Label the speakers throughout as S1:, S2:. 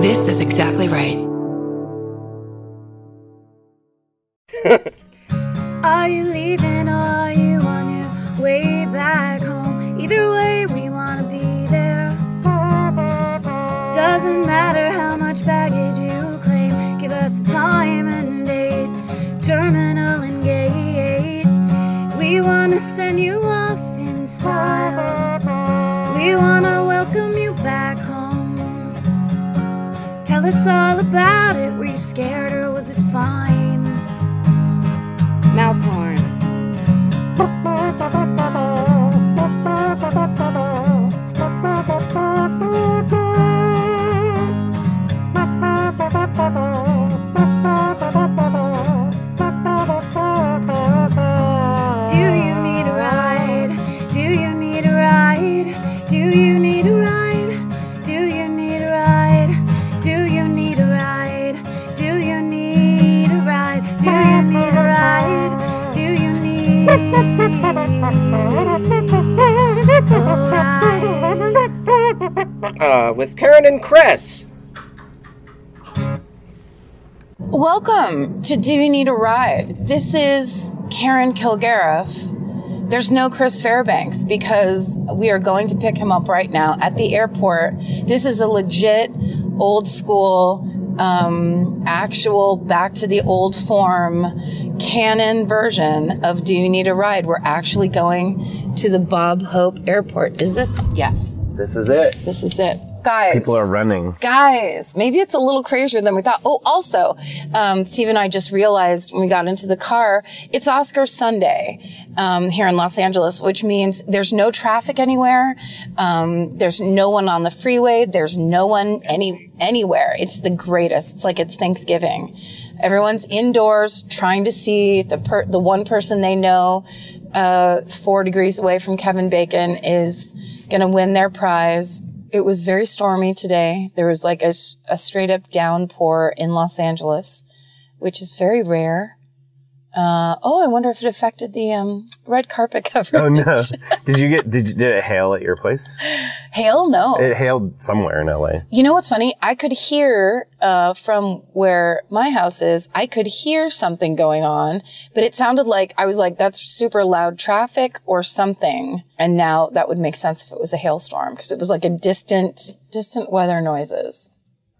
S1: This is exactly right.
S2: Are you leaving? Are you on your way back home? Either way, we wanna be there. Doesn't matter how much baggage you claim, give us a time and date, terminal and gate. We wanna send you off in style. We wanna welcome you back home. Tell us all about it. Were you scared or was it fine? Mouth horn. Do you need a ride? Do you need a ride? Do you need a ride? Do you need a ride? Do you need a ride? Do you need a ride? Do you need a ride? Do you need a ride?
S3: Uh, with Karen and Chris.
S4: Welcome to Do You Need a Ride? This is Karen Kilgariff. There's no Chris Fairbanks because we are going to pick him up right now at the airport. This is a legit old school, um, actual back to the old form canon version of Do You Need a Ride? We're actually going to the Bob Hope Airport. Is this? Yes,
S5: This is it.
S4: this is it. Guys,
S5: People are running.
S4: guys maybe it's a little crazier than we thought oh also um, steve and i just realized when we got into the car it's oscar sunday um, here in los angeles which means there's no traffic anywhere um, there's no one on the freeway there's no one any anywhere it's the greatest it's like it's thanksgiving everyone's indoors trying to see the per- the one person they know uh, four degrees away from kevin bacon is gonna win their prize it was very stormy today. There was like a, s- a straight up downpour in Los Angeles, which is very rare. Uh, oh, I wonder if it affected the um, red carpet coverage.
S5: Oh no! did you get? Did you, did it hail at your place?
S4: Hail, no.
S5: It hailed somewhere in LA.
S4: you know what's funny? I could hear uh, from where my house is, I could hear something going on, but it sounded like I was like, that's super loud traffic or something. And now that would make sense if it was a hailstorm because it was like a distant, distant weather noises.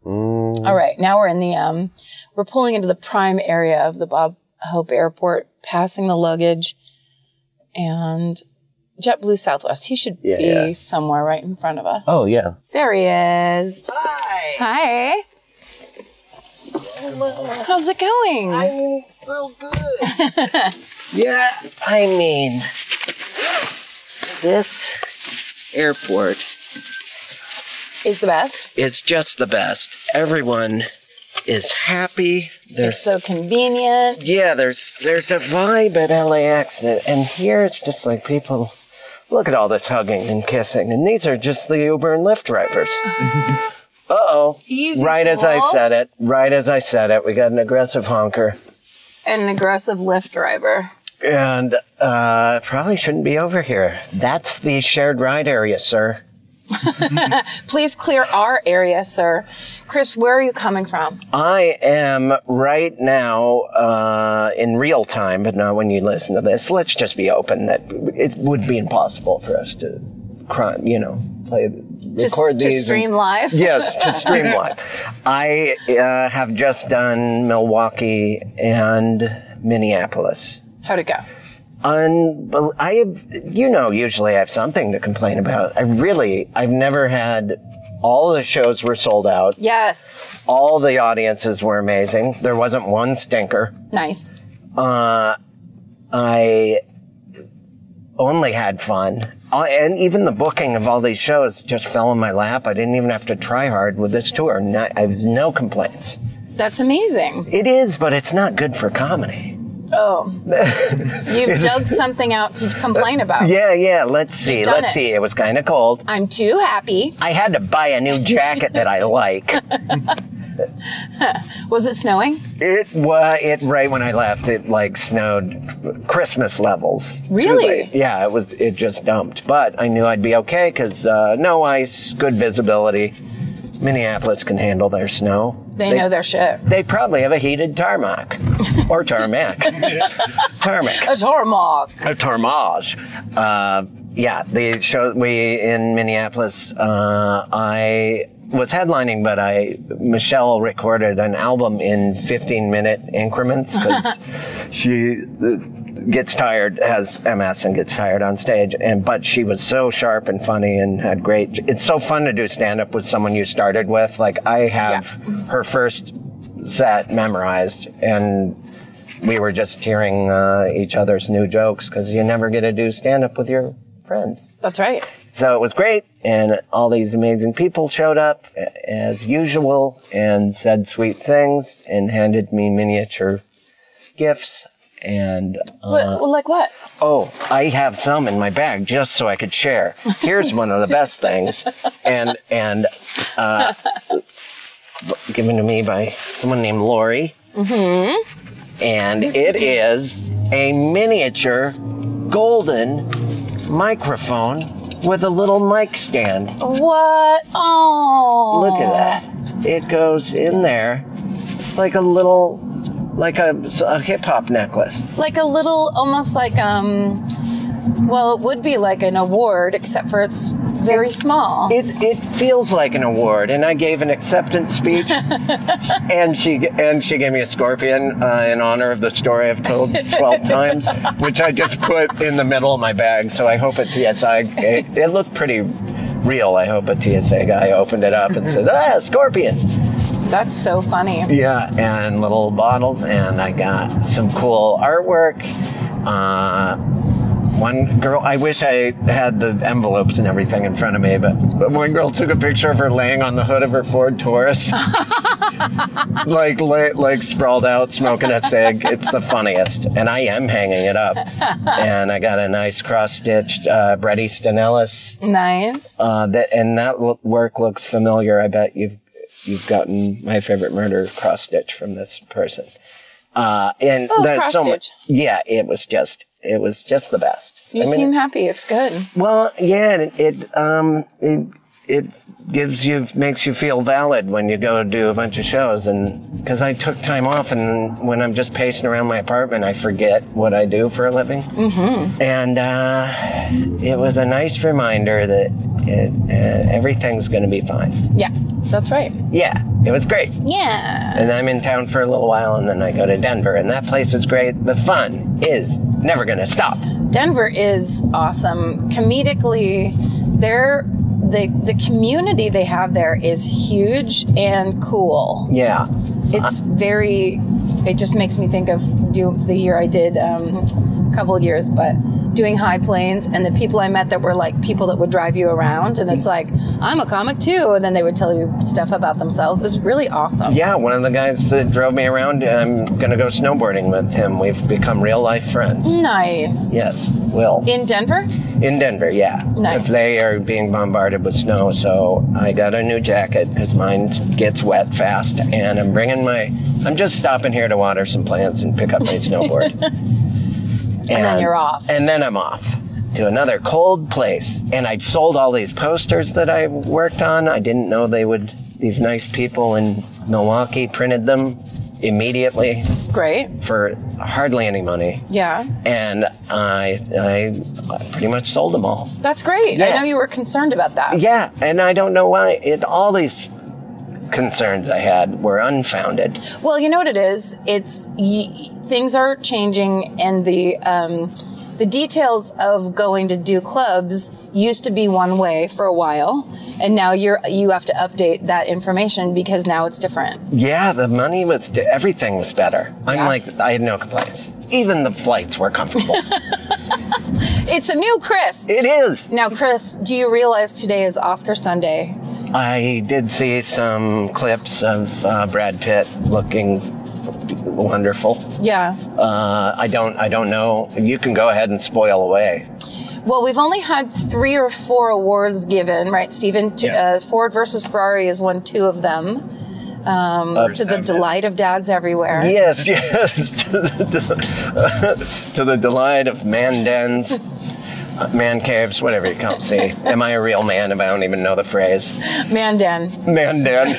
S5: Mm,
S4: All right, now we're in the um, we're pulling into the prime area of the Bob Hope Airport, passing the luggage, and JetBlue Southwest. He should
S5: Yeah,
S4: be
S5: yeah.
S4: somewhere right in front of us.
S5: oh yeah.
S4: there he is. Hi. Hi. How's it going?
S3: I mean, so good. yeah, I mean, this airport
S4: is the best.
S3: is just the best. Everyone is happy. There's
S4: It's so convenient.
S3: yeah, there's there's a vibe at LAX, and and here it's just like people. Look at all this hugging and kissing, and these are just the Uber and Lyft drivers. uh oh!
S4: Easy
S3: Right as I
S4: fall.
S3: said it, right as I said it, we got an aggressive honker,
S4: And an aggressive Lyft driver.
S3: and uh, probably shouldn't be over here. That's the shared ride area, sir.
S4: Please clear our area, sir. Chris, where are you coming from?
S3: I am right now uh, in real time, but not when you listen to this. Let's just be open that it would be impossible for us to, cry, you know, play,
S4: Just
S3: record
S4: to
S3: these. and-
S4: stream live.
S3: yes, to stream live. I uh, have just done Milwaukee and Minneapolis.
S4: How'd it go?
S3: Unbel- I have, you know, usually I have something to complain about. I really, I've never had. All the shows were sold out.
S4: Yes.
S3: All the audiences were amazing. There wasn't one stinker. Uh,
S4: Nice.
S3: I only had fun. Uh, and even the booking of all these shows just fell in my lap. I didn't even have to try hard with this tour. No, I have no complaints.
S4: That's amazing.
S3: It is, but it's not good for comedy.
S4: Oh, you've dug something out to complain about.
S3: Yeah, yeah, let's see.
S4: done
S3: Let's
S4: it.
S3: see. It was kind of cold.
S4: I'm too happy.
S3: I had to buy a new jacket that I like.
S4: Was it snowing?
S3: It was it right when I left. It like snowed Christmas levels. Too
S4: Really?
S3: late. Yeah, it was. It just dumped. But I knew I'd be okay because uh, no ice, good visibility. Minneapolis can handle their snow.
S4: They, know their shit.
S3: They probably have a heated tarmac or tarmac. tarmac.
S4: A tarmac.
S3: a tarmage. Uh, yeah, the show we in Minneapolis. Uh, I was headlining, but I Michelle recorded an album in 15 minute increments because she. uh, gets tired has ms and gets tired on stage and but she was so sharp and funny and had great it's so fun to do stand up with someone you started with like i have her first set memorized and we were just hearing uh, each other's new jokes because you never get to do stand up with your friends.
S4: That's right.
S3: So it was great, and all these amazing people showed up a- as usual and said sweet things and handed me miniature gifts. And uh,
S4: What, well, like what?
S3: oh, I have some in my bag just so I could share. Here's one of the best things, and and uh, given to me by someone named Lori and it is a miniature golden microphone with a little mic stand.
S4: What? Oh.
S3: Look at that. It goes in there. It's like a little, like a, a hip hop necklace.
S4: Like a little, almost like um. Well, it would be like an award, except for it's very small.
S3: It, it feels like an award, and I gave an acceptance speech, and she and she gave me a scorpion uh, in honor of the story I've told twelve times, which I just put in the middle of my bag. So I hope a TSI. It, it looked pretty real. I hope a TSA guy opened it up and said, "Ah, scorpion."
S4: That's so funny.
S3: Yeah, and little bottles, and I got some cool artwork. Uh, one girl, I wish I had the envelopes and everything in front of me, but, but one girl took a picture of her laying on the hood of her Ford Taurus, like lay, like sprawled out, smoking a cig. It's the funniest, and I am hanging it up. And I got a nice cross stitched uh, Bret Easton Ellis,
S4: Nice.
S3: uh, that and that lo- work looks familiar. I bet you've you've gotten my favorite murder cross stitch from this person. Uh, and
S4: Oh,
S3: there's so
S4: cross-stitch.
S3: much. Yeah, it was just it was just the best.
S4: you
S3: I mean,
S4: seem happy. It's good.
S3: well, yeah, it, it um it it gives you makes you feel valid when you go do a bunch of shows and because I took time off and when I'm just pacing around my apartment I forget what I do for a living mm-hmm. and uh, it was a nice reminder that it, uh, everything's gonna be fine.
S4: Yeah, that's right.
S3: Yeah, it was great.
S4: Yeah.
S3: And I'm in town for a little while and then I go to Denver and that place is great. The fun is never gonna stop.
S4: Denver is awesome. Comedically, their the the community they have there is huge and cool.
S3: Yeah.
S4: It's very. It just makes me think of do the year I did um, a couple of years, but doing High Plains and the people I met that were like people that would drive you around, and it's like I'm a comic too, and then they would tell you stuff about themselves. It was really awesome.
S3: Yeah, one of the guys that drove me around, I'm going to go snowboarding with him. We've become real life
S4: Mm.
S3: friends.
S4: Nice.
S3: Yes, Will.
S4: In Denver?
S3: In Denver, yeah.
S4: Nice.
S3: If They are being bombarded with snow, so I got a new jacket because mine gets wet fast. And I'm bringing my, I'm just stopping here to water some plants and pick up my snowboard. and,
S4: then you're off.
S3: And then I'm off to another cold place. And I sold all these posters that I worked on. I didn't know they would, these nice people in Milwaukee printed them immediately
S4: Great.
S3: for hardly any money.
S4: Yeah.
S3: And I, I pretty much sold them all.
S4: That's great. I
S3: Yeah.
S4: know you were concerned about that.
S3: Yeah, and I don't know why. It all these concerns I had were unfounded.
S4: Well, you know what it is? It's y- things are changing, and the um, the details of going to do clubs used to be one way for a while, and now you're you have to update that information because now it's different.
S3: Yeah, the money was everything was better. I'm
S4: Yeah.
S3: like I had no complaints. Even the flights were comfortable.
S4: It's a new Chris.
S3: it is.
S4: now, Chris, do you realize today is Oscar Sunday?
S3: I did see some clips of uh, Brad Pitt looking wonderful.
S4: Yeah.
S3: Uh, I don't. I don't know. You can go ahead and spoil away.
S4: Well, we've only had three or four awards given, right, Stephen? T-
S5: Yes.
S4: uh, Ford versus Ferrari has won two of them, um, to the
S5: Understand.
S4: delight of dads everywhere.
S3: Yes, yes. to, the, to the delight of Mandens. uh, man caves, whatever you come see. Am I a real man if I don't even know the phrase?
S4: Man Dan.
S3: Man Dan.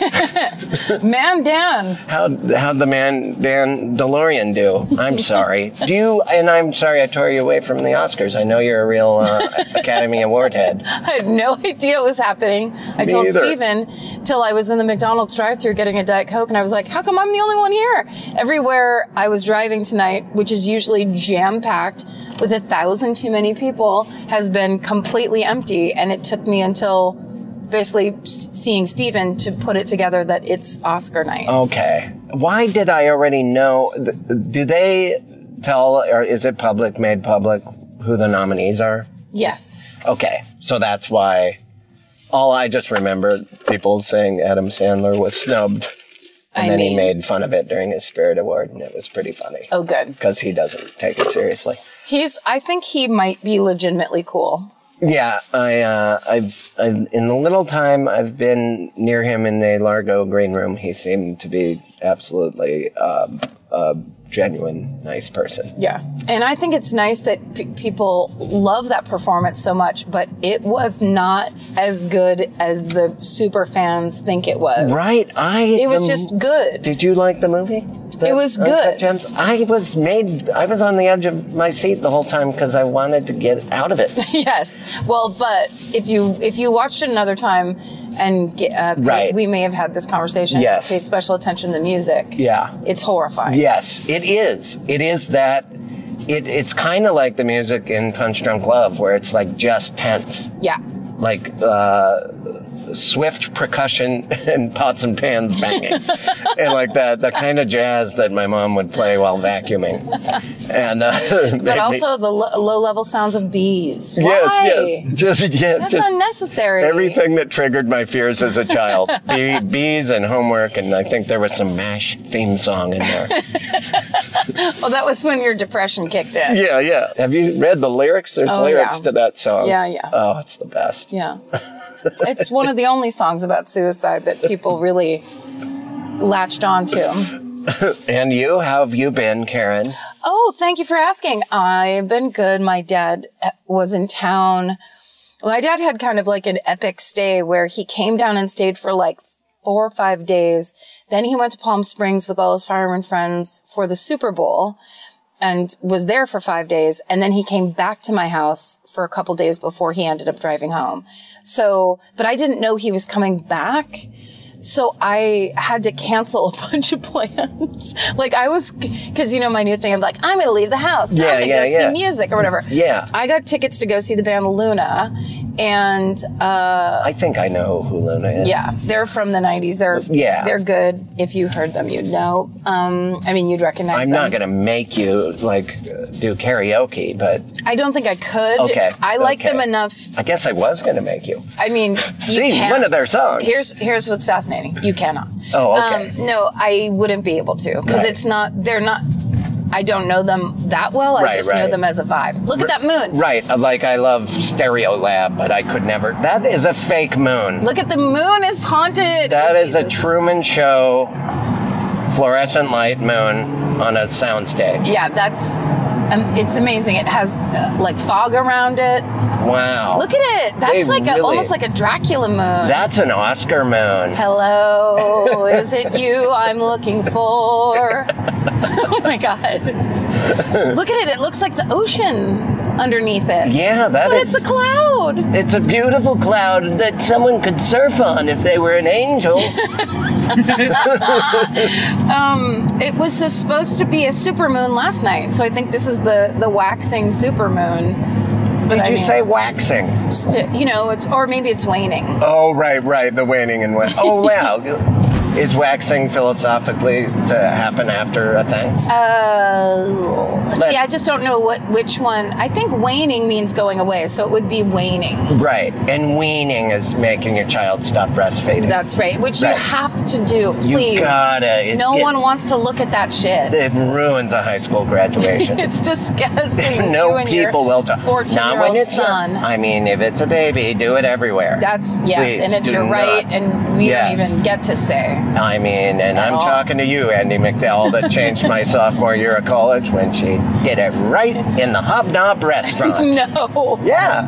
S4: Man Dan.
S3: How how'd the man Dan DeLorean do? I'm sorry. Do you? And I'm sorry I tore you away from the Oscars. I know you're a real uh, Academy Award head.
S4: I had no idea it was happening. I
S3: Me
S4: told
S3: either.
S4: Steven till I was in the McDonald's drive-through getting a Diet Coke, and I was like, "How come I'm the only one here?" Everywhere I was driving tonight, which is usually jam-packed with a thousand too many people, has been completely empty, and it took me until basically s- seeing Steven to put it together that it's Oscar night.
S3: Oh. Okay. Why did I already know? th- Do they tell, or is it public, made public, who the nominees are?
S4: Yes.
S3: Okay, so that's why. All I just remembered people saying Adam Sandler was snubbed, and
S4: I
S3: then he
S4: mean-
S3: made fun of it during his Spirit Award, and it was pretty funny
S4: Oh, good.
S3: because he doesn't take it seriously.
S4: He's. I think he might be legitimately cool.
S3: Yeah, I, uh, I've, I've in the little time I've been near him in a Largo green room, he seemed to be absolutely uh, a genuine, nice person.
S4: Yeah. And I think it's nice that p- people love that performance so much, but it was not as good as the super fans think it was.
S3: Right? Um, I.
S4: It was just good.
S3: Did you like the movie? The
S4: It was
S3: Uncut
S4: good.
S3: Gems? I was made. I was on the edge of my seat the whole time because I wanted to get out of it.
S4: yes. Well, but if you if you watched it another time and get, uh, paid-
S3: Right.
S4: we may have had this conversation.
S3: Yes.
S4: Paid special attention to the music.
S3: yeah.
S4: It's horrifying.
S3: Yes, it is. It is that. It, it's kind of like the music in Punch Drunk Love, where it's like just tense,
S4: Yeah.
S3: like uh, swift percussion and pots and pans banging, and like that the kind of jazz that my mom would play while vacuuming, and uh,
S4: But also the lo- low level sounds of bees. Why?
S3: yes, yes, just yeah,
S4: That's
S3: just
S4: unnecessary.
S3: Everything that triggered my fears as a child. Bee, bees and homework, and I think there was some MASH theme song in there.
S4: Well, that was when your depression kicked in.
S3: yeah, yeah. Have you read the lyrics? There's
S4: Oh,
S3: lyrics
S4: yeah.
S3: to that song.
S4: Yeah, yeah.
S3: Oh, it's the best.
S4: Yeah. it's one of the only songs about suicide that people really latched onto.
S3: And you, how have you been, Karen?
S4: Oh, thank you for asking. I've been good. My dad was in town. My dad had kind of like an epic stay where he came down and stayed for like four or five days. Then he went to Palm Springs with all his fireman friends for the Super Bowl and was there for five days. And then he came back to my house for a couple days before he ended up driving home. So, but I didn't know he was coming back. So I had to cancel a bunch of plans. like I was, cause you know, my new thing, I'm like, I'm going to leave the house.
S3: Yeah,
S4: I'm going to
S3: yeah,
S4: go
S3: yeah.
S4: see music or whatever.
S3: Yeah.
S4: I got tickets to go see the band Luna and, uh,
S3: I think I know who Luna is.
S4: yeah, they're from the 90s. They're
S3: Yeah.
S4: they're good. If you heard them, you'd know. Um, I mean, you'd recognize
S3: I'm
S4: them.
S3: not going to make you, like, uh, do karaoke, but
S4: I don't think I could.
S3: Okay,
S4: I like
S3: okay.
S4: them enough.
S3: I guess I was going to make you.
S4: I mean, you
S3: Sing
S4: can't.
S3: one of their songs.
S4: Here's here's what's fascinating. You cannot. Um,
S3: Oh, okay.
S4: no, I wouldn't be able to because
S3: Right.
S4: it's not. They're not. I don't know them that well. I
S3: Right,
S4: just know
S3: right.
S4: them as a vibe. Look at that moon.
S3: Right, like I love Stereo Lab, but I could never. That is a fake moon.
S4: Look at the moon is haunted. Oh,
S3: That is a
S4: true.
S3: Truman Show fluorescent light moon on a soundstage.
S4: Yeah, that's. Um, it's amazing. It has uh, like fog around it.
S3: Wow.
S4: Look at it. That's
S3: They
S4: like a,
S3: really-
S4: almost like a Dracula moon.
S3: That's an Oscar moon.
S4: Hello, is it you I'm looking for? oh my god. Look at it, it looks like the ocean underneath it.
S3: Yeah, that
S4: But
S3: is.
S4: it's a cloud.
S3: it's a beautiful cloud that someone could surf on if they were an angel.
S4: Um, it was just supposed to be a supermoon last night, so I think this is the, the waxing supermoon.
S3: Did
S4: I
S3: you
S4: mean-
S3: say waxing?
S4: St- You know, it's, or maybe it's waning.
S3: Oh, right, right. The waning and waxing. Oh, wow. Is waxing philosophically to happen after a thing?
S4: Uh, see,
S3: Let-
S4: I just don't know what which one. I think waning means going away, so it would be waning.
S3: Right. And weaning is making your child stop breastfeeding.
S4: That's right. Which
S3: Right.
S4: you have to do,
S3: You
S4: please.
S3: gotta. It-
S4: no
S3: it-
S4: one wants to look at that shit.
S3: It ruins a high school graduation.
S4: It's disgusting. you
S3: no
S4: and
S3: people
S4: your
S3: will do.
S4: 14
S3: Not
S4: year
S3: when
S4: old
S3: it's your-
S4: son.
S3: I mean, if it's a baby, do it everywhere.
S4: That's yes,
S3: Please
S4: and it's
S3: do
S4: your right,
S3: not.
S4: and we
S3: Yes.
S4: don't even get to say. anywhere.
S3: I mean, and I'm
S4: all.
S3: talking to you, Andy McDowell, that changed my sophomore year of college when she did it right in the Hobnob restaurant.
S4: No.
S3: yeah.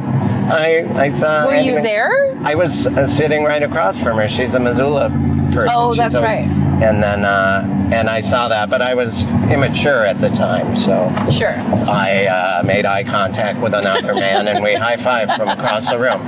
S3: I, I thought.
S4: Were you there?
S3: I was uh, sitting right across from her. She's a Missoula person.
S4: Oh,
S3: She's
S4: that's right.
S3: And then, uh, and I saw that, but I was immature at the time, so
S4: Sure.
S3: I uh, made eye contact with another man, and we high fived from across the room.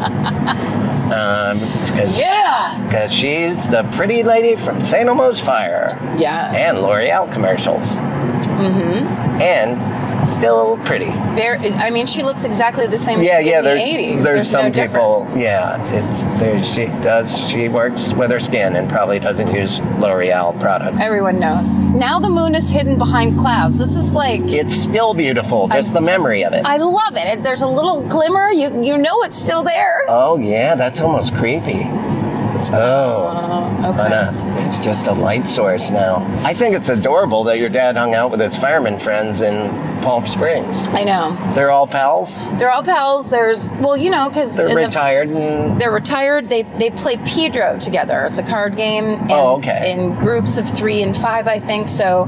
S3: Um, because
S4: Yeah.
S3: she's the pretty lady from St. Elmo's Fire
S4: Yes.
S3: and L'Oreal commercials, mm-hmm.
S4: Mm-hmm.
S3: and still pretty.
S4: There is, I mean, she looks exactly the same as
S3: yeah,
S4: she did
S3: yeah.
S4: in the
S3: There's
S4: 80s.
S3: there's, some
S4: no difference.
S3: people. Yeah, it's there. She does. She works with her skin and probably doesn't use L'Oreal product.
S4: Everyone knows. Now the moon is hidden behind clouds. This is like
S3: It's still beautiful. Just the memory of it.
S4: I love it. If there's a little glimmer, you you know it's still there.
S3: oh yeah, that's almost creepy. Oh.
S4: Uh, okay.
S3: I know. It's just a light source now. I think it's adorable that your dad hung out with his fireman friends in Palm Springs.
S4: I know.
S3: They're all pals.
S4: They're all pals. There's well, you know, because
S3: They're retired and
S4: they're retired. They they play Pedro together. It's a card game. In,
S3: Oh, okay.
S4: In groups of three and five, I think. So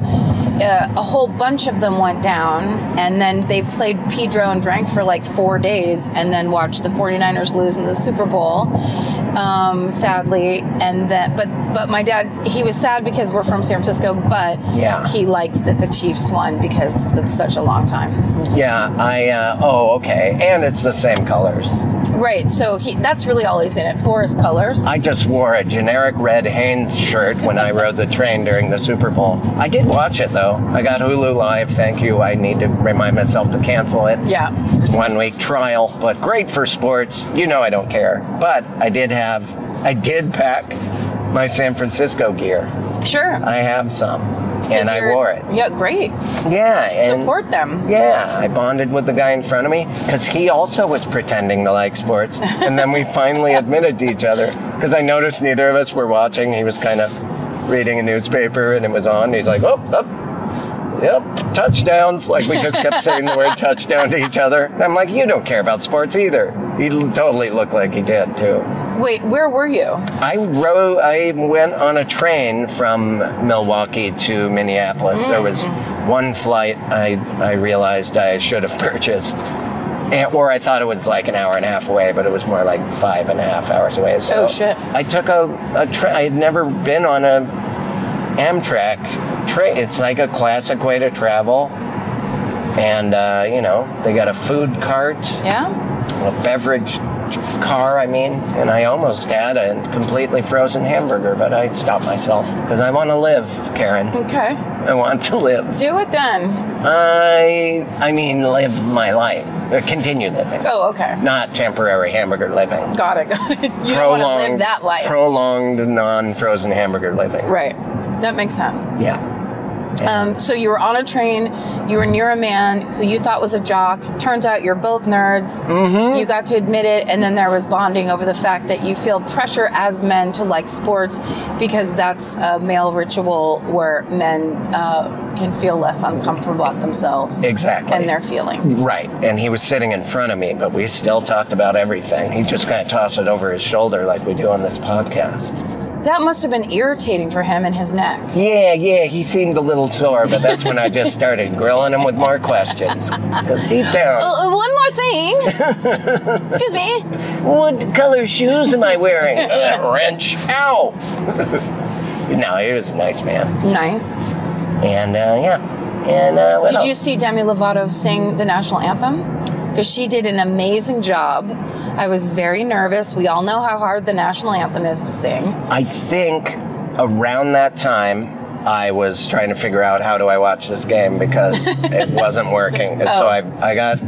S4: uh, a whole bunch of them went down, and then they played Pedro and drank for like four days, and then watched the 49ers lose in the Super Bowl. Um, sadly, and then but but my dad he was sad because we're from San Francisco, but
S3: Yeah.
S4: he liked that the Chiefs won because it's such a long time.
S3: yeah, I uh, oh okay. And it's the same colors.
S4: Right. So he that's really all he's in it for is colors.
S3: I just wore a generic red Hanes shirt when I rode the train during the Super Bowl. I did watch it though. I got Hulu Live. Thank you. I need to remind myself to cancel it.
S4: yeah.
S3: It's one week trial, but great for sports. You know I don't care. But I did have, I did pack my San Francisco gear.
S4: Sure.
S3: I have some, and
S4: 'Cause
S3: I
S4: you're-
S3: wore it.
S4: Yeah, great.
S3: Yeah, and
S4: Support them.
S3: Yeah, I bonded with the guy in front of me because he also was pretending to like sports, and then we finally admitted to each other because I noticed neither of us were watching. He was kind of reading a newspaper, and it was on. He's like, "Oh, oh." Yep, touchdowns. Like we just kept saying the word touchdown to each other. And I'm like, you don't care about sports either. He l- totally looked like he did too.
S4: Wait, where were you?
S3: I rode. I went on a train from Milwaukee to Minneapolis. There was
S4: Mm.
S3: one flight I I realized I should have purchased, and, or I thought it was like an hour and a half away, but it was more like five and a half hours away. So
S4: Oh, shit.
S3: I took a a train. I had never been on a Amtrak train. It's like a classic way to travel, and uh, you know they got a food cart
S4: Yeah?
S3: a beverage car, I mean, and I almost had a completely frozen hamburger, but I stopped myself because I want to live, Karen.
S4: Okay.
S3: I want to live.
S4: Do it then.
S3: I, I mean, live my life, Uh, continue living,
S4: Oh, okay.
S3: not temporary hamburger living.
S4: Got it, got it. You don't want to live that life.
S3: Prolonged, non-frozen hamburger living.
S4: right. That makes sense.
S3: Yeah.
S4: Um, so you were on a train, you were near a man who you thought was a jock. Turns out you're both nerds.
S3: Mm-hmm.
S4: You got to admit it, and then there was bonding over the fact that you feel pressure as men to like sports because that's a male ritual where men uh, can feel less uncomfortable about themselves
S3: Exactly.
S4: and their feelings.
S3: Right, and he was sitting in front of me, but we still talked about everything. He just kind of tossed it over his shoulder like we do on this podcast.
S4: That must have been irritating for him in his neck.
S3: Yeah, yeah, he seemed a little sore, but that's when I just started grilling him with more questions. Because deep down,
S4: Uh, one more thing. Excuse me.
S3: what color shoes am I wearing? Ugh, wrench. Ow! no, he was a nice man.
S4: Nice.
S3: And, uh, yeah. And, uh, what
S4: Did you
S3: else?
S4: see Demi Lovato sing the national anthem? Because she did an amazing job. I was very nervous. We all know how hard the national anthem is to sing.
S3: I think around that time, I was trying to figure out how do I watch this game because it wasn't working. And so
S4: Oh.
S3: I, I got,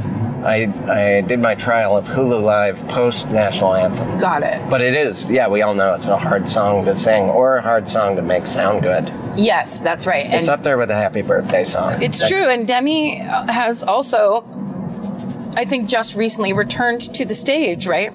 S3: I, I did my trial of Hulu Live post national anthem.
S4: Got it.
S3: But it is, yeah, we all know it's a hard song to sing or a hard song to make sound good.
S4: Yes, that's right. And
S3: It's up there with a happy birthday song.
S4: It's true, and Demi uh, has also, I think, just recently returned to the stage, right?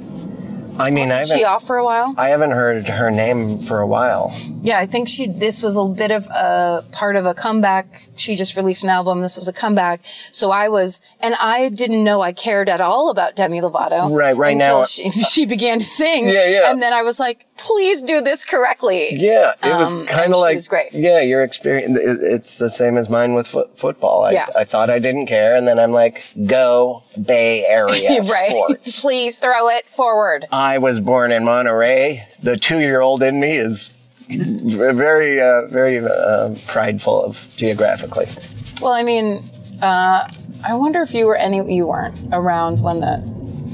S3: I mean, I
S4: Wasn't she
S3: haven't,
S4: off for a while?
S3: I haven't heard her name for a while.
S4: Yeah, I think she. This was a bit of a part of a comeback. She just released an album. This was a comeback. So I was, and I didn't know I cared at all about Demi Lovato.
S3: Right, right
S4: until
S3: now- uh,
S4: she, she began to sing.
S3: Yeah, yeah.
S4: And then I was like, please do this correctly.
S3: Yeah, it was
S4: Um,
S3: kind
S4: and
S3: of
S4: she
S3: like
S4: was great.
S3: Yeah, your experience. it- It's the same as mine with fo- football. I,
S4: Yeah.
S3: I thought I didn't care, and then I'm like, go Bay Area
S4: right.
S3: sports.
S4: please throw it forward.
S3: I was born in Monterey. The two-year-old in me is v- very, uh, very uh, prideful of geographically.
S4: Well, I mean, uh, I wonder if you were any you weren't around when the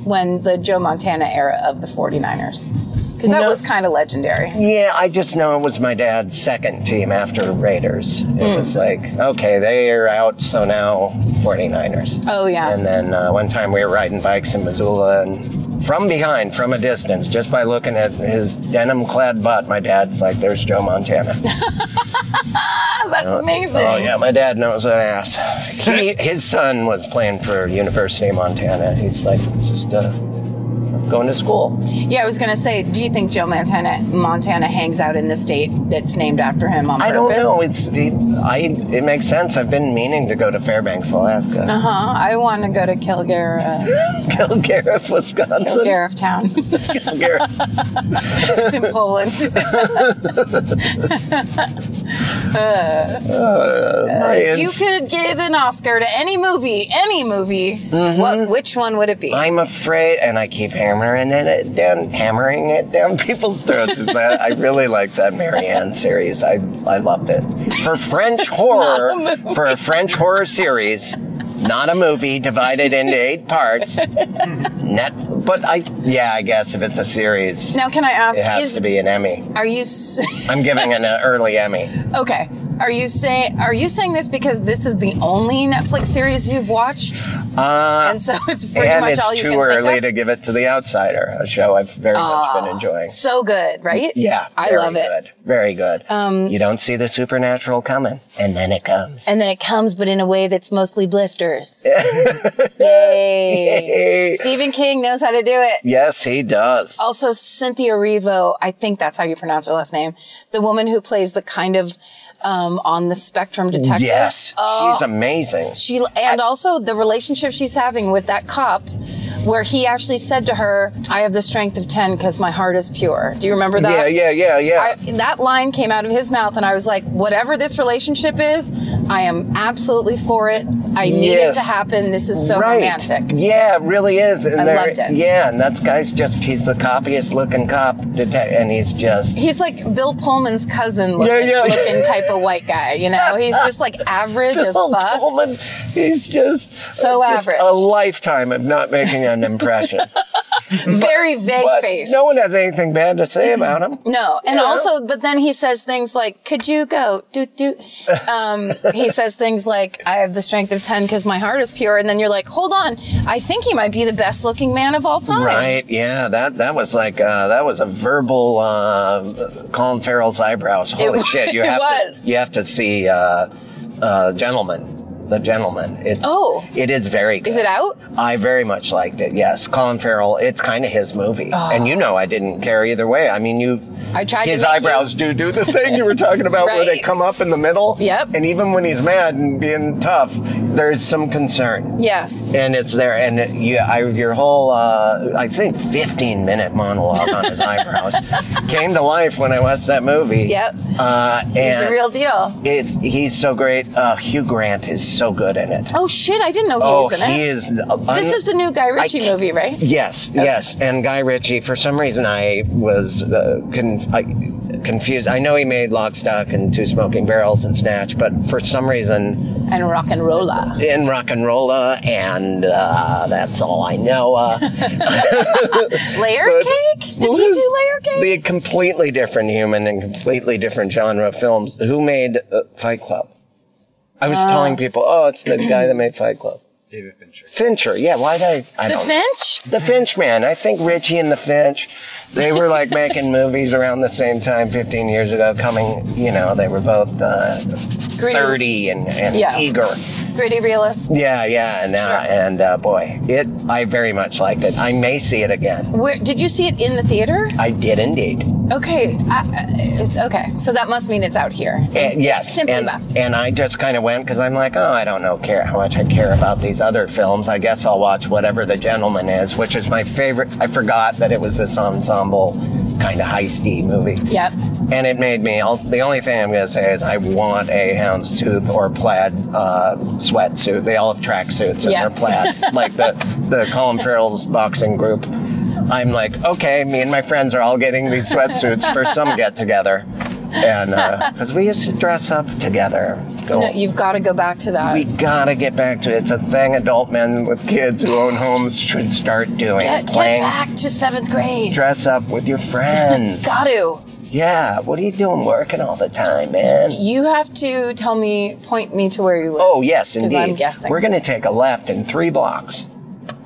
S4: when the Joe Montana era of the 49ers. Because that
S3: No.
S4: was kind of legendary.
S3: Yeah, I just know it was my dad's second team after Raiders. It
S4: Hmm.
S3: was like, okay, they are out, so now 49ers.
S4: Oh, yeah.
S3: And then uh, one time we were riding bikes in Missoula, and from behind, from a distance, just by looking at his denim clad butt, my dad's like, there's Joe Montana.
S4: That's amazing.
S3: oh, yeah, my dad knows an ass. He, his son was playing for University of Montana. He's like, just uh, going to school.
S4: Yeah, I was gonna say, do you think Joe Montana Montana hangs out in the state that's named after him on
S3: I don't
S4: purpose?
S3: know. It's it, I. It makes sense. I've been meaning to go to Fairbanks, Alaska,
S4: Uh huh. I want to go to Kilgare, uh,
S3: Kilgariff, Wisconsin.
S4: Kilgariff town.
S3: Kilgariff.
S4: it's in Poland.
S3: I-
S4: you could give an Oscar to any movie, any movie.
S3: Mm-hmm.
S4: What? Which one would it be?
S3: I'm afraid, and I keep hammering it down, hammering it down people's throats. Is that I really like that Marianne series. I I loved it for French horror. for a French horror series, not a movie divided into eight parts. Net, but I yeah, I guess if it's a series,
S4: now, can I
S3: it
S4: ask?
S3: has
S4: Is
S3: to be an Emmy.
S4: are you s-
S3: I'm giving an uh, early Emmy.
S4: okay? Are you saying are you saying this because this is the only Netflix series you've watched,
S3: Uh,
S4: and so it's pretty
S3: and
S4: much
S3: it's
S4: all you can
S3: too
S4: think
S3: early
S4: of? Ah.
S3: to give it to The Outsider, a show I've very much been enjoying.
S4: So good, right?
S3: Yeah,
S4: I
S3: very
S4: love it.
S3: good, Very good.
S4: Um,
S3: you don't see the supernatural coming, and then it comes.
S4: and then it comes, but in a way that's mostly blisters. Yay!
S3: Hey.
S4: Stephen King knows how to do it.
S3: Yes, he does.
S4: Also, Cynthia Revo, I think that's how you pronounce her last name, the woman who plays the kind of um, on the spectrum detective.
S3: yes,
S4: Oh,
S3: she's amazing.
S4: she and also the relationship she's having with that cop. Where he actually said to her, I have the strength of 10 because my heart is pure. Do you remember that?
S3: Yeah, yeah, yeah, yeah.
S4: I, that line came out of his mouth, and I was like, whatever this relationship is, I am absolutely for it. I need it
S3: Yes.
S4: to happen. This is so
S3: right.
S4: romantic.
S3: Yeah, it really is. And
S4: I
S3: they're-
S4: loved it.
S3: Yeah, and that guy's just, he's the coppiest looking cop, detec- and he's just,
S4: He's like Bill Pullman's cousin looking,
S3: yeah.
S4: looking type of white guy, you know? He's just like average as
S3: Bill
S4: fuck.
S3: Pullman, he's just
S4: So
S3: just
S4: average.
S3: A lifetime of not making an impression.
S4: Very vague
S3: But
S4: face.
S3: no one has anything bad to say about him.
S4: No, and also, but then he says things like, "Could you go doot doot?" Um, he says things like, "I have the strength of ten because my heart is pure," and then you're like, "Hold on, I think he might be the best looking man of all time."
S3: Right? Yeah. That that was like uh, that was a verbal uh, Colin Farrell's eyebrows. Holy
S4: wa-
S3: shit! You
S4: it
S3: have
S4: was.
S3: to you have to see uh, uh, gentleman. The gentleman. It's
S4: Oh.
S3: it is very. Good.
S4: Is it out?
S3: I very much liked it. Yes, Colin Farrell. It's kind of his movie, and you know I didn't care either way. I mean, you.
S4: Oh. I tried to
S3: His
S4: make you-
S3: eyebrows do do the thing you were talking about, where they
S4: Right.
S3: come up in the middle.
S4: Yep.
S3: And even when he's mad and being tough, there's some concern
S4: Yes.
S3: and it's there and it, you, I, your whole uh, i think 15 minute monologue on his eyebrows came to life when i watched that movie
S4: Yep.
S3: uh,
S4: It's
S3: and
S4: the real deal.
S3: it's- he's so great uh, hugh grant is so good in it
S4: Oh shit! I didn't know he
S3: oh
S4: was in it.
S3: he is
S4: this is the new Guy Ritchie
S3: can't-
S4: movie, right?
S3: Yes, yes, and Guy Ritchie. For some reason, I was uh, con- I, confused. I know he made Lock, Stock, and Two Smoking Barrels and Snatch, but for some reason,
S4: And rock and rolla.
S3: in rock and rolla, and uh, that's all I know. Uh,
S4: Layer
S3: But-
S4: cake? Did
S3: Well,
S4: he
S3: who's-
S4: do layer cake?
S3: The completely different human and completely different genre of films. Who made uh, Fight Club? I
S4: Uh,
S3: was telling people, oh, it's the guy that made Fight Club.
S1: David Fincher.
S3: Fincher, yeah. Why did I? I
S4: The
S3: don't-
S4: Finch?
S3: The Finch man. I think Richie and the Finch. They were like making movies around the same time 15 years ago, coming, you know, they were both uh,
S4: Gritty,
S3: 30 and, and
S4: Yeah.
S3: eager.
S4: gritty realists.
S3: Yeah, yeah, and, uh,
S4: Sure.
S3: and uh, boy, it, I very much liked it. I may see it again.
S4: Where did you see it in the theater?
S3: I did indeed.
S4: Okay, I, I- it's okay. So that must mean it's out here.
S3: And, Eh, yes,
S4: Simply
S3: and,
S4: best.
S3: and I just kind of went because I'm like, oh, I don't know care how much I care about these other films. I guess I'll watch whatever the gentleman is, which is my favorite. I forgot that it was this ensemble kind of heisty movie,
S4: Yep.
S3: and it made me. Also, the only thing I'm going to say is I want a houndstooth or plaid uh, sweatsuit. They all have tracksuits and
S4: Yes.
S3: they're plaid, like the the Colin Farrell's boxing group. I'm like, okay, me and my friends are all getting these sweatsuits for some get together. And because we used to dress up together. Go,
S4: No, you've got to go back to that.
S3: Oh. we gotta get back to it. It's a thing adult men with kids who own homes should start doing.
S4: get, get
S3: Playing,
S4: back to seventh grade.
S3: dress up with your friends.
S4: Got to.
S3: Yeah, what are you doing working all the time, man?
S4: You have to tell me, point me to where you live.
S3: Oh, yes, indeed.
S4: I'm guessing.
S3: We're gonna take a left in three blocks.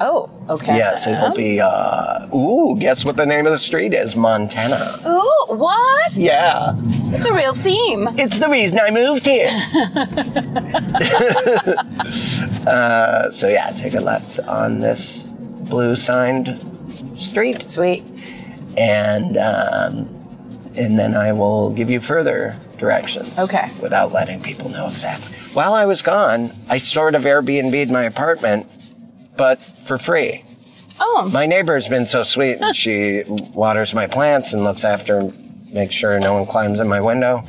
S4: Oh, okay.
S3: Yes, it'll be, uh, ooh, guess what the name of the street is? Montana.
S4: Ooh, what?
S3: Yeah.
S4: It's a real theme.
S3: It's the reason I moved here. uh, so yeah, take a left on this blue signed street,
S4: Sweet.
S3: and um, and then I will give you further directions.
S4: Okay.
S3: Without letting people know exactly. While I was gone, I sort of Airbnb'd my apartment, but for free.
S4: Oh,
S3: My neighbor's been so sweet. and she waters my plants and looks after, makes sure no one climbs in my window.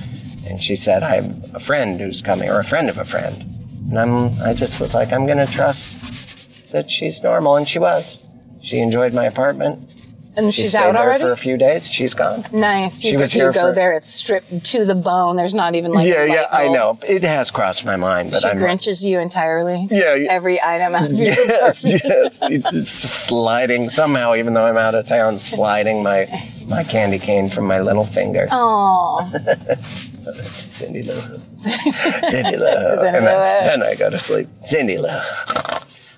S3: And she said, I have a friend who's coming, or a friend of a friend. And I'm, I just was like, I'm going to trust that she's normal. And she was. She enjoyed my apartment.
S4: and
S3: She
S4: she's
S3: stayed
S4: out
S3: there
S4: already.
S3: for a few days. She's gone.
S4: nice. You,
S3: She was
S4: you
S3: here
S4: go
S3: for-
S4: there. It's stripped to the bone. There's not even like.
S3: yeah,
S4: a
S3: yeah,
S4: light
S3: I
S4: bulb.
S3: know. It has crossed my mind, but
S4: She
S3: I'm.
S4: grinches you entirely.
S3: Yeah,
S4: Just
S3: yeah.
S4: Every item out of your
S3: Yes, yes. It's just sliding somehow, even though I'm out of town, sliding my my candy cane from my little finger.
S4: Oh. Aw.
S3: Cindy Lou. Cindy Lou. and,
S4: Cindy
S3: I,
S4: Lou.
S3: then I go to sleep. Cindy Lou.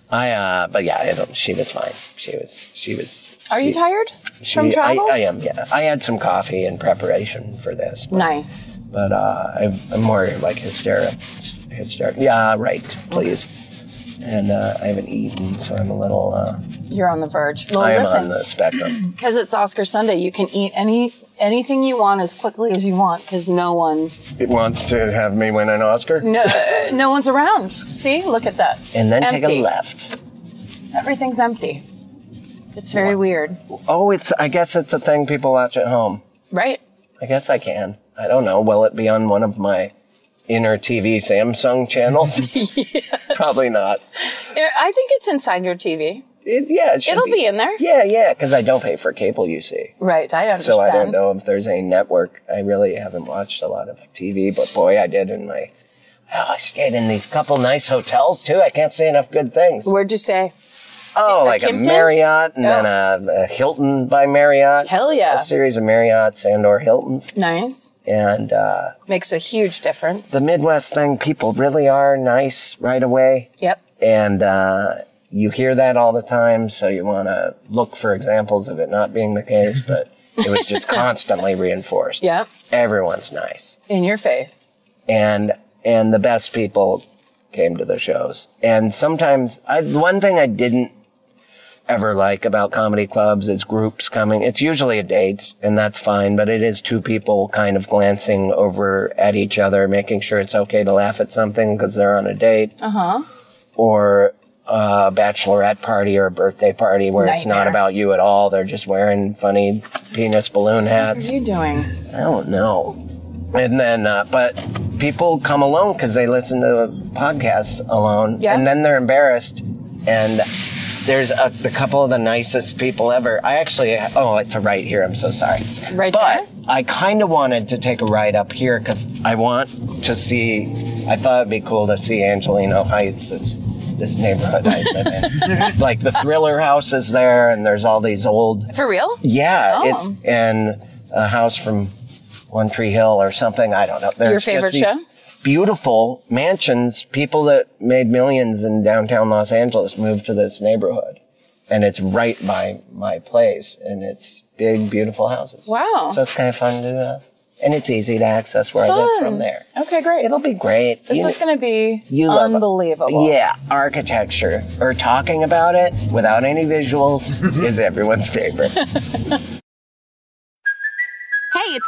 S3: I uh, but yeah, I don't, she was fine. She was she was.
S4: Are you tired
S3: She,
S4: from
S3: I-
S4: travels?
S3: I, am. Yeah, I had some coffee in preparation for this, but,
S4: Nice.
S3: but, uh, I'm, I'm more like hysteric, hysteric. Yeah, right. Please. And uh, I haven't eaten, so I'm a little. Uh,
S4: You're on the verge. Well,
S3: I am on
S4: listen,
S3: the spectrum.
S4: because it's Oscar Sunday, you can eat any anything you want as quickly as you want because no one
S3: It wants to have me win an Oscar,
S4: no no one's around. See, look at that.
S3: and then take
S4: Empty.
S3: a left.
S4: Everything's empty. It's very weird,
S3: Oh, it's. I guess it's a thing people watch at home.
S4: right?
S3: I guess I can. I don't know. Will it be on one of my inner TV Samsung channels? Probably not.
S4: I think it's inside your TV.
S3: It, yeah, it should
S4: It'll be in there.
S3: Yeah, yeah, because I don't pay for cable, you see.
S4: Right, I
S3: So
S4: understand.
S3: I don't know if there's a network. I really haven't watched a lot of TV, but boy, I did in my. Oh, I stayed in these couple nice hotels too. I can't say enough good things.
S4: Where'd you say?
S3: Oh, like
S4: Kimpton?
S3: a Marriott and
S4: Oh.
S3: then a, a Hilton by Marriott.
S4: Hell yeah.
S3: A series of Marriotts and or Hiltons.
S4: Nice.
S3: And uh,
S4: Makes a huge difference.
S3: the Midwest thing, people really are nice right away.
S4: yep.
S3: And uh, you hear that all the time, so you want to look for examples of it not being the case, but it was just constantly reinforced.
S4: Yep.
S3: Everyone's nice.
S4: In your face.
S3: And and the best people came to the shows. And sometimes I one thing I didn't ever like about comedy clubs is groups coming. It's usually a date and that's fine, but it is two people kind of glancing over at each other, making sure it's okay to laugh at something because they're on a date
S4: Uh-huh.
S3: or a bachelorette party or a birthday party where it's not
S4: Nightmare.
S3: about you at all. They're just wearing funny penis balloon hats.
S4: What are you doing?
S3: I don't know. And then, uh, but people come alone because they listen to podcasts alone,
S4: Yeah.
S3: and then they're embarrassed. And there's a, the couple of the nicest people ever. I actually, oh, it's a right here. I'm so sorry.
S4: Right
S3: but
S4: there?
S3: I kind of wanted to take a ride up here because I want to see. I thought it'd be cool to see Angelino Heights. It's this neighborhood I live in. like the Thriller House is there, and there's all these old
S4: For real?
S3: yeah,
S4: Oh.
S3: it's and a house from One Tree Hill or something. I don't know. There's
S4: Your favorite
S3: just these
S4: show?
S3: Beautiful mansions. People that made millions in downtown Los Angeles moved to this neighborhood, and it's right by my place, and it's big, beautiful houses.
S4: Wow.
S3: So it's kind of fun to, uh, and it's easy to access where I live from
S4: Fun.
S3: there.
S4: Okay, great.
S3: It'll be great.
S4: this is going to be
S3: you love it.
S4: unbelievable.
S3: yeah, architecture or talking about it without any visuals is everyone's favorite.
S1: Hey, it's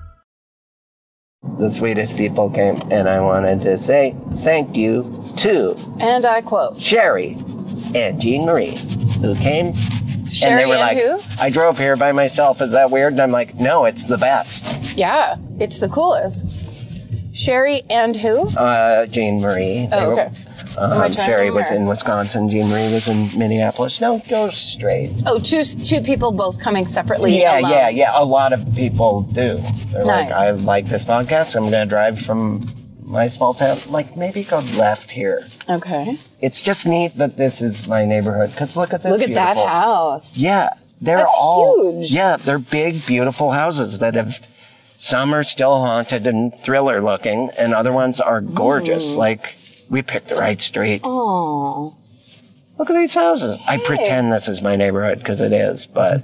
S3: the sweetest people came, and I wanted to say thank you to
S4: And I quote,
S3: Sherry and Jean Marie, who came. and
S4: Sherry
S3: they were
S4: and
S3: like,
S4: who?
S3: I drove here by myself. Is that weird? And I'm like, no, it's the best.
S4: yeah, it's the coolest. Sherry and who?
S3: Uh, Jean Marie. they
S4: oh,
S3: were-
S4: okay. Am I
S3: Um,
S4: trying
S3: Sherry
S4: wrong
S3: was
S4: or-
S3: in Wisconsin. Jean Marie was in Minneapolis. No, go straight.
S4: Oh, two two people both coming separately.
S3: Yeah,
S4: alone.
S3: yeah, yeah. A lot of people do. They're like,
S4: Nice.
S3: I like this podcast. I'm going to drive from my small town. Like, maybe go left here.
S4: Okay.
S3: It's just neat that this is my neighborhood. Because look at this.
S4: Look at that
S3: beautiful-
S4: house.
S3: Yeah, they're
S4: That's
S3: all
S4: huge.
S3: Yeah, they're big, beautiful houses that have. Some are still haunted and thriller looking, and other ones are gorgeous. Like we picked the right street.
S4: Mm. Oh.
S3: Look at these houses. I pretend this is my neighborhood because it is, but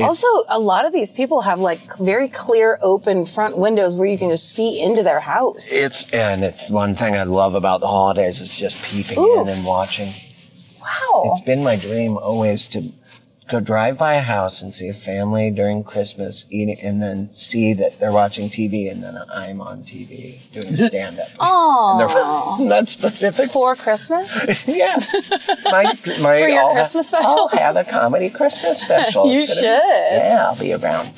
S4: Also, a lot of these people have like cl- very clear, open front windows where you can just see into their house.
S3: it's and it's one thing I love about the holidays is just peeping in and watching.
S4: Wow.
S3: It's been my dream always to go drive by a house and see a family during Christmas eating, and then see that they're watching TV, and then I'm on TV doing stand up.
S4: Oh.
S3: Isn't that specific?
S4: For Christmas?
S3: yeah. My, my,
S4: For your
S3: I'll
S4: Christmas
S3: have,
S4: special?
S3: I'll have a comedy Christmas special.
S4: You
S3: It's gonna
S4: should.
S3: Be, yeah, I'll be around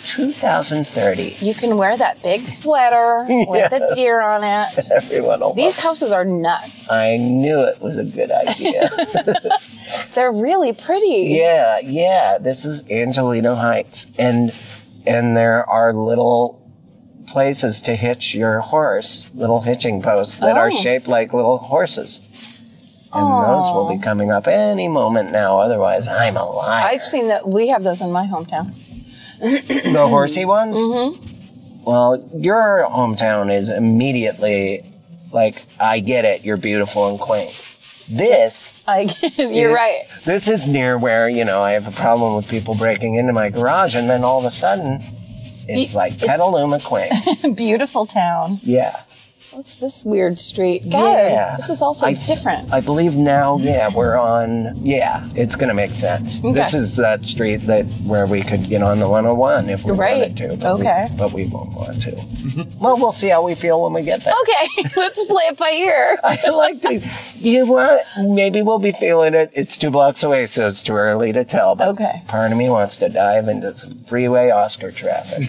S3: 2030.
S4: You can wear that big sweater with the deer on it.
S3: Everyone will
S4: These
S3: love
S4: houses are nuts.
S3: it. I knew it was a good idea.
S4: They're really pretty.
S3: yeah, yeah. This is Angelino Heights. And and there are little places to hitch your horse, little hitching posts that are
S4: Oh.
S3: shaped like little horses. And those will be coming up any moment now. Otherwise, I'm alive.
S4: I've seen that. We have those in my hometown.
S3: The horsey ones? Mm-hmm. Well, your hometown is immediately like, I get it, you're beautiful and quaint. This,
S4: I, you're
S3: Yeah.
S4: right.
S3: this is near where, you know, I have a problem with people breaking into my garage, and then all of a sudden, it's
S4: You-
S3: like Petaluma quaint.
S4: Beautiful town.
S3: yeah.
S4: What's this weird street? God,
S3: Yeah.
S4: this is also
S3: I-
S4: different.
S3: I believe now, yeah, we're on, yeah, it's going to make sense. This is that street that where we could get on the 101 if we
S4: Right.
S3: wanted to. but we-
S4: Okay.
S3: but we won't want to. well, we'll see how we feel when we get there.
S4: okay, let's play it by ear.
S3: I like these. You know what? Maybe we'll be feeling it. It's two blocks away, so it's too early to tell. But
S4: Okay.
S3: part of me wants to dive into some freeway Oscar traffic.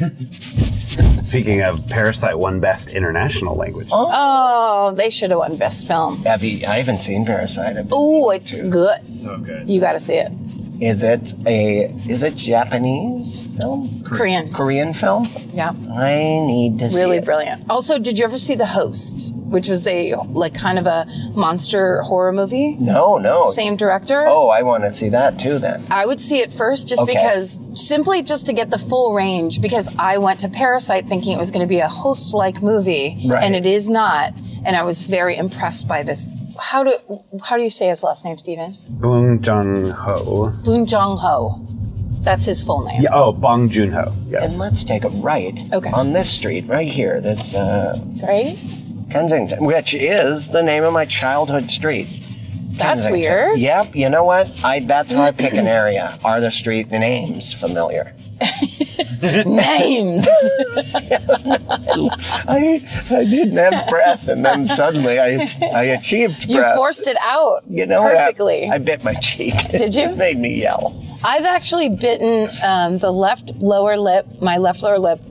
S5: Speaking of Parasite, won Best International Language.
S4: Oh, they should have won Best Film.
S3: Have you? I haven't seen Parasite. I've been
S4: Ooh,
S3: meaning
S4: it's
S3: to.
S4: good.
S5: So good.
S4: You got to see it.
S3: Is it a? Is it Japanese film?
S4: Korean.
S3: Korean film?
S4: Yeah.
S3: I need to see.
S4: Really
S3: it.
S4: brilliant. Also, did you ever see The Host, which was a like kind of a monster horror movie?
S3: No, no.
S4: Same director.
S3: Oh, I want to see that too. Then.
S4: I would see it first just
S3: Okay.
S4: because, simply just to get the full range, because I went to Parasite thinking it was going to be a host like movie,
S3: Right.
S4: and it is not. And I was very impressed by this. How do how do you say his last name, Steven?
S5: Bong Joon Ho.
S4: Boon Jong Ho. That's his full name.
S5: Yeah, oh, Bong Joon Ho. Yes.
S3: And let's take a right
S4: Okay.
S3: on this street right here. This uh,
S4: Right?
S3: Kensington, which is the name of my childhood street.
S4: That's
S3: Kensington.
S4: weird.
S3: Yep. You know what? I that's how I pick an area. Are the street names familiar?
S4: Names.
S3: I I didn't have breath, and then suddenly I I achieved
S4: you
S3: breath.
S4: forced it out
S3: you know what?
S4: perfectly.
S3: I, bit my cheek.
S4: Did you?
S3: it made me yell.
S4: I've actually bitten um, the left lower lip, my left lower lip,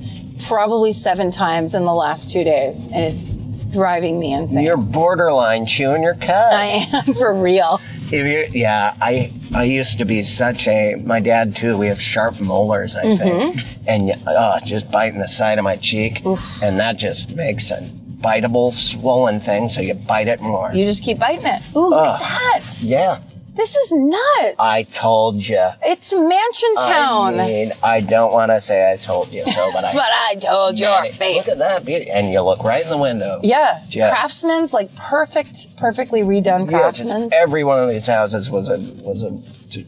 S4: probably seven times in the last two days, and it's driving me insane.
S3: You're borderline chewing your cud.
S4: I am for real.
S3: If you yeah, I I used to be such a my dad too. We have sharp molars, I think,
S4: Mm-hmm.
S3: and uh, just biting the side of my cheek, and that just makes a biteable, swollen thing. So you bite it more.
S4: You just keep biting it. Ooh, look at that.
S3: yeah,
S4: This is nuts.
S3: I told you.
S4: it's Mansion Town.
S3: I mean, I don't want to say I told you so, but I.
S4: but I told your
S3: Man, it-
S4: face.
S3: Look at that beauty, and you look right in the window.
S4: Yeah.
S3: Yes.
S4: Craftsman's like perfect, perfectly redone
S3: Yeah, just
S4: craftsman's.
S3: every one of these houses was a was a t-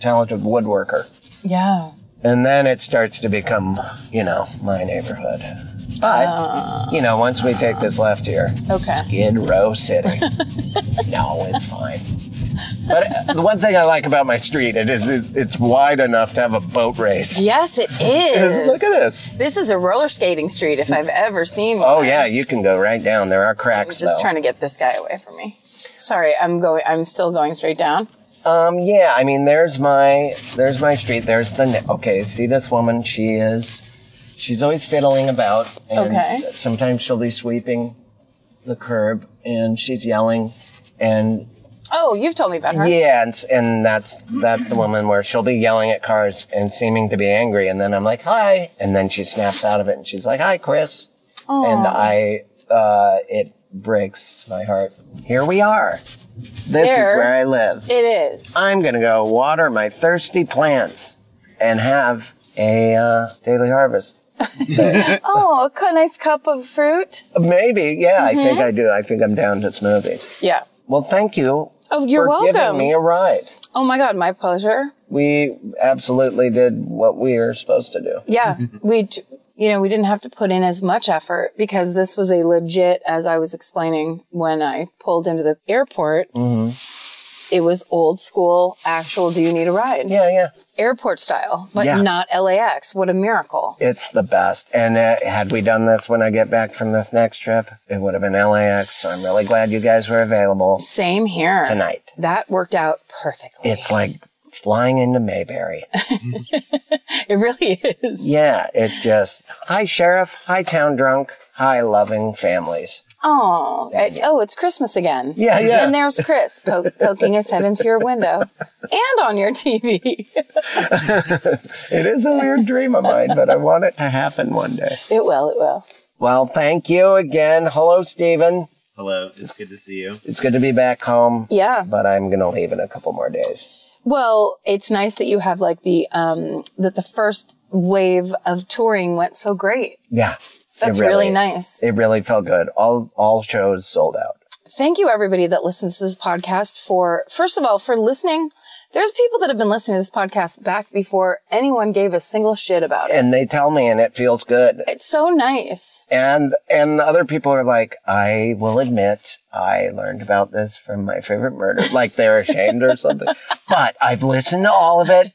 S3: talented woodworker.
S4: yeah.
S3: And then it starts to become, you know, my neighborhood. But, you know, once we take this left here,
S4: Ah. Okay.
S3: Skid Row City. no, it's fine. But uh, the one thing I like about my street, it is it's, it's wide enough to have a boat race.
S4: Yes, it is.
S3: Look at this.
S4: This is a roller skating street if I've ever seen one.
S3: Oh yeah, you can go right down. There are
S4: I'm
S3: cracks
S4: just
S3: though.
S4: trying to get this guy away from me. Sorry, I'm going. I'm still going straight down.
S3: Um, yeah, I mean, there's my there's my street. There's the ne- okay. See this woman? She is, she's always fiddling about, and
S4: Okay.
S3: sometimes she'll be sweeping the curb, and she's yelling, and
S4: Oh, you've told me about her.
S3: yeah, and, s- and that's that's the woman where she'll be yelling at cars and seeming to be angry, and then I'm like, hi, and then she snaps out of it, and she's like, hi, Chris, and I, uh, it breaks my heart. Here we are. This is
S4: There.
S3: where I live.
S4: It is.
S3: I'm gonna go water my thirsty plants and have a uh, daily harvest.
S4: oh, a cu- nice cup of fruit.
S3: Maybe, yeah, I think
S4: Mm-hmm.
S3: I do. I think I'm down to smoothies.
S4: Yeah.
S3: Well, thank you
S4: Oh, you're
S3: for
S4: welcome.
S3: giving me a ride.
S4: Oh my God, my pleasure.
S3: We absolutely did what we are supposed to do.
S4: Yeah, we, t- you know, we didn't have to put in as much effort because this was a legit, as I was explaining when I pulled into the airport. It was old school, actual. Do you need a ride?
S3: Mm-hmm. Yeah, yeah,
S4: Airport style, but
S3: Yeah.
S4: not LAX. What a miracle!
S3: it's the best. And uh, had we done this when I get back from this next trip, it would have been LAX. So I'm really glad you guys were available
S4: Same here.
S3: tonight.
S4: That worked out perfectly.
S3: It's like flying into Mayberry.
S4: It really is.
S3: Yeah, it's just hi sheriff, hi town drunk, hi loving families.
S4: Oh, it- oh, it's Christmas again.
S3: Yeah, yeah.
S4: And there's Chris po- poking his head into your window and on your TV.
S3: It is a weird dream of mine, but I want it to happen one day.
S4: It will, it will.
S3: Well, thank you again. Hello, Stephen.
S6: Hello, it's good to see you.
S3: It's good to be back home.
S4: Yeah.
S3: But I'm gonna leave in a couple more days.
S4: Well, it's nice that you have like the um that the first wave of touring went so great.
S3: Yeah.
S4: That's
S3: It
S4: really, nice.
S3: It really felt good. All all shows sold out.
S4: Thank you everybody that listens to this podcast for first of all for listening. There's people that have been listening to this podcast back before anyone gave a single shit about it.
S3: And they tell me and it feels good.
S4: It's so nice.
S3: And and other people are like, I will admit, I learned about this from my favorite murder. Like they're ashamed or something. But I've listened to all of it,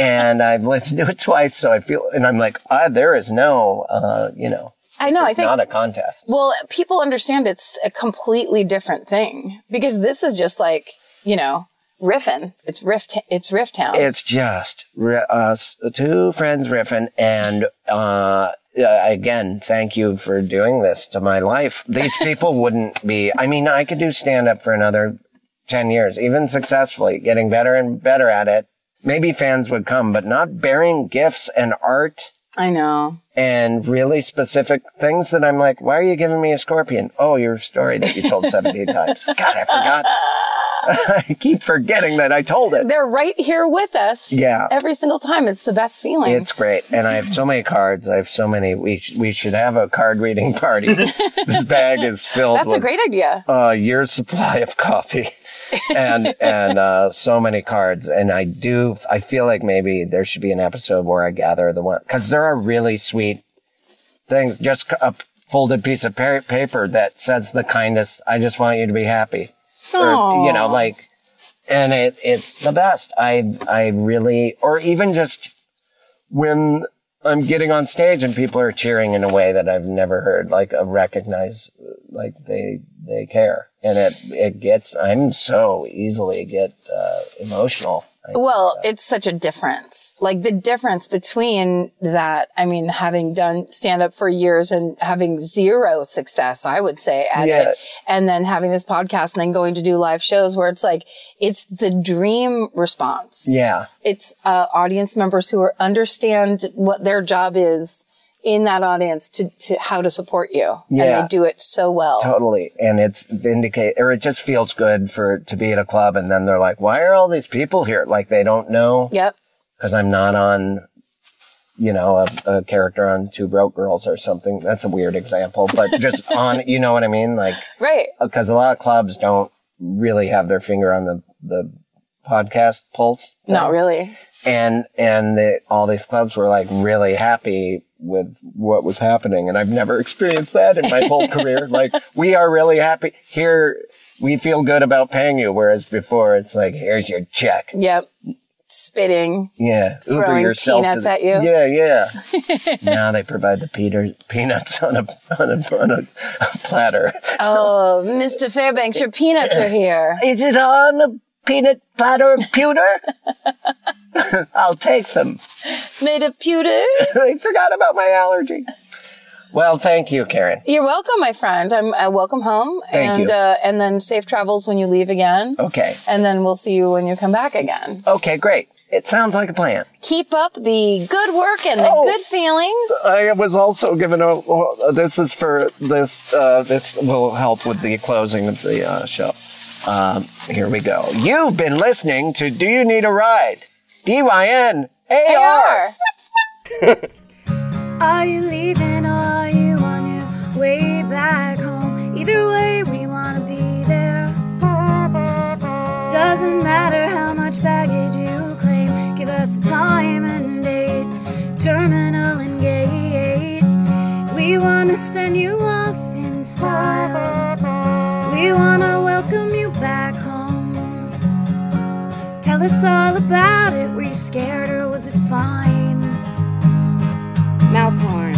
S3: and I've listened to it twice. So I feel, and I'm like, ah, there is no, uh, you know,
S4: I know. I
S3: it's
S4: think
S3: not a contest.
S4: Well, people understand it's a completely different thing because this is just like, you know, riffing. It's riff it's riff town.
S3: It's just ri- us two friends riffing, and uh, yeah, again, thank you for doing this to my life. These people wouldn't be. I mean, I could do stand up for another 10 years, even successfully, getting better and better at it. Maybe fans would come, but not burying gifts and art
S4: I know.
S3: and really specific things that I'm like, why are you giving me a scorpion? Oh, your story that you told 70 times. God, I forgot. I keep forgetting that I told it.
S4: They're right here with us.
S3: Yeah.
S4: Every single time. It's the best feeling.
S3: It's great, and I have so many cards. I have so many. We sh- we should have a card reading party. this bag is filled.
S4: That's
S3: with,
S4: a great idea.
S3: uh, year's supply of coffee, and and uh, so many cards. And I do. I feel like maybe there should be an episode where I gather the one because there are really sweet things. Just a folded piece of pa- paper that says the kindest. I just want you to be happy. Or, you know, like, and it it's the best. I I really, or even just when I'm getting on stage and people are cheering in a way that I've never heard, like a recognize, like they they care, and it it gets. I'm so easily get uh, emotional.
S4: Well, it's such a difference. Like the difference between that, I mean, having done stand up for years and having zero success, I would say, at
S3: Yeah.
S4: it, and then having this podcast and then going to do live shows where it's like, it's the dream response.
S3: Yeah.
S4: It's uh, audience members who are, understand what their job is in that audience to, to how to support you.
S3: Yeah.
S4: And they do it so well.
S3: Totally. And it's vindicate or it just feels good for to be at a club and then they're like, Why are all these people here? Like they don't know
S4: Yep.
S3: because I'm not on you know, a, a character on Two Broke Girls or something. That's a weird example, but just on, you know what I mean? Like,
S4: Right.
S3: because Uh, a lot of clubs don't really have their finger on the, the podcast pulse.
S4: Not really.
S3: and and the, all these clubs were like really happy with what was happening and i've never experienced that in my whole career like we are really happy here we feel good about paying you whereas before it's like here's your check
S4: Yep. Spitting.
S3: yeah
S4: Throwing
S3: to
S4: peanuts
S3: the-
S4: at you.
S3: yeah yeah now they provide the peter, peanuts on a on a, on a platter
S4: Oh, Mr. Fairbanks, your peanuts are here.
S3: is it on a peanut platter of pewter i'll take them
S4: Made of pewter.
S3: I forgot about my allergy. Well, thank you, Karen.
S4: You're welcome, my friend. I'm uh, welcome home.
S3: Thank
S4: and
S3: you. Oh.
S4: Uh, and then safe travels when you leave again.
S3: Okay.
S4: And then we'll see you when you come back again.
S3: Okay, great. It sounds like a plan.
S4: Keep up the good work and the
S3: Oh.
S4: good feelings.
S3: I was also given a. well, This is for this. Uh, this will help with the closing of the uh, show. Um, here we go. You've been listening to Do You Need a Ride? D Y N A R.
S4: AR.
S2: Are you leaving or are you on your way back home? Either way, we want to be there. Doesn't matter how much baggage you claim, give us a time and date, terminal and gate. We want to send you off in style. We want to welcome you back home. Tell us all about it. Were you scared or was it fine? Mouth horn.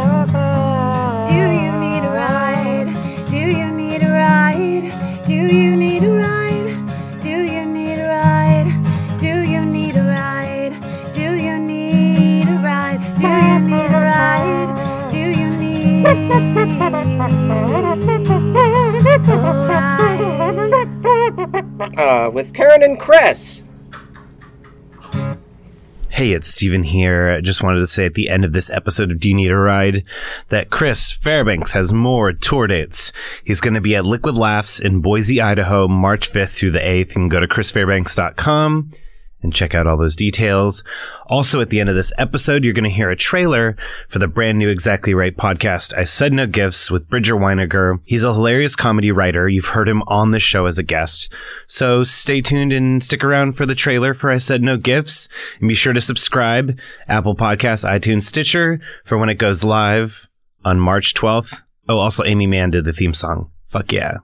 S2: Do you need a ride? Do you need a ride? Do you need a ride? Do you need a ride? Do you need a ride? Do you need a ride? Do you need a ride? Do you need a ride?
S7: Uh, with Karen and Chris.
S6: Hey, it's Steven here. I just wanted to say at the end of this episode of Do You Need a Ride that Chris Fairbanks has more tour dates. He's going to be at Liquid Laughs in Boise, Idaho, March 5th through the 8th. You can go to chrisfairbanks.com and check out all those details. Also, at the end of this episode, you're going to hear a trailer for the brand new Exactly Right podcast, I Said No Gifts with Bridger Weiniger. He's a hilarious comedy writer. You've heard him on the show as a guest. So stay tuned and stick around for the trailer for I Said No Gifts. And be sure to subscribe, Apple Podcasts, iTunes, Stitcher, for when it goes live on March 12th. Oh, also Amy Mann did the theme song. Fuck yeah.